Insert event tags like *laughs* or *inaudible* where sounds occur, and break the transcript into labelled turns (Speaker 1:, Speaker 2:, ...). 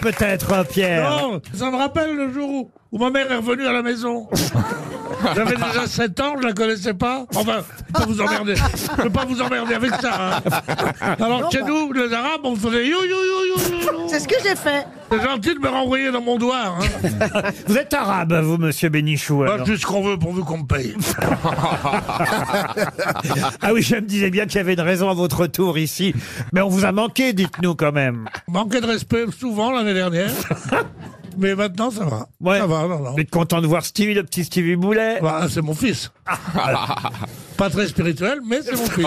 Speaker 1: peut-être, hein, Pierre.
Speaker 2: Non, *laughs* ça me rappelle le jour où, où ma mère est revenue à la *laughs* maison. J'avais déjà 7 ans, je la connaissais pas. Enfin, je peux vous emmerder. Je peux pas vous emmerder avec ça. *laughs* hein. Alors, chez nous, les Arabes, on faisait you, you, you, you, you, you.
Speaker 3: C'est ce que j'ai fait.
Speaker 2: C'est gentil de me renvoyer dans mon doigt. *laughs* Hein.
Speaker 1: Vous êtes arabe, vous, monsieur Bénichou.
Speaker 2: Moi,
Speaker 1: alors.
Speaker 2: je dis ce qu'on veut pourvu qu'on me *laughs* paye.
Speaker 1: *laughs* Ah oui, je me disais bien qu'il y avait une raison à votre tour ici. Mais on vous a manqué, dites-nous quand même.
Speaker 2: Manqué de respect souvent l'année *laughs* dernière. Mais maintenant, ça va.
Speaker 1: Ouais.
Speaker 2: Ça va, non, non.
Speaker 1: Vous êtes content de voir Stevie, le petit Stevie Boulet
Speaker 2: Bah, c'est mon fils. *laughs* Oh. Pas très spirituel, mais c'est mon fils.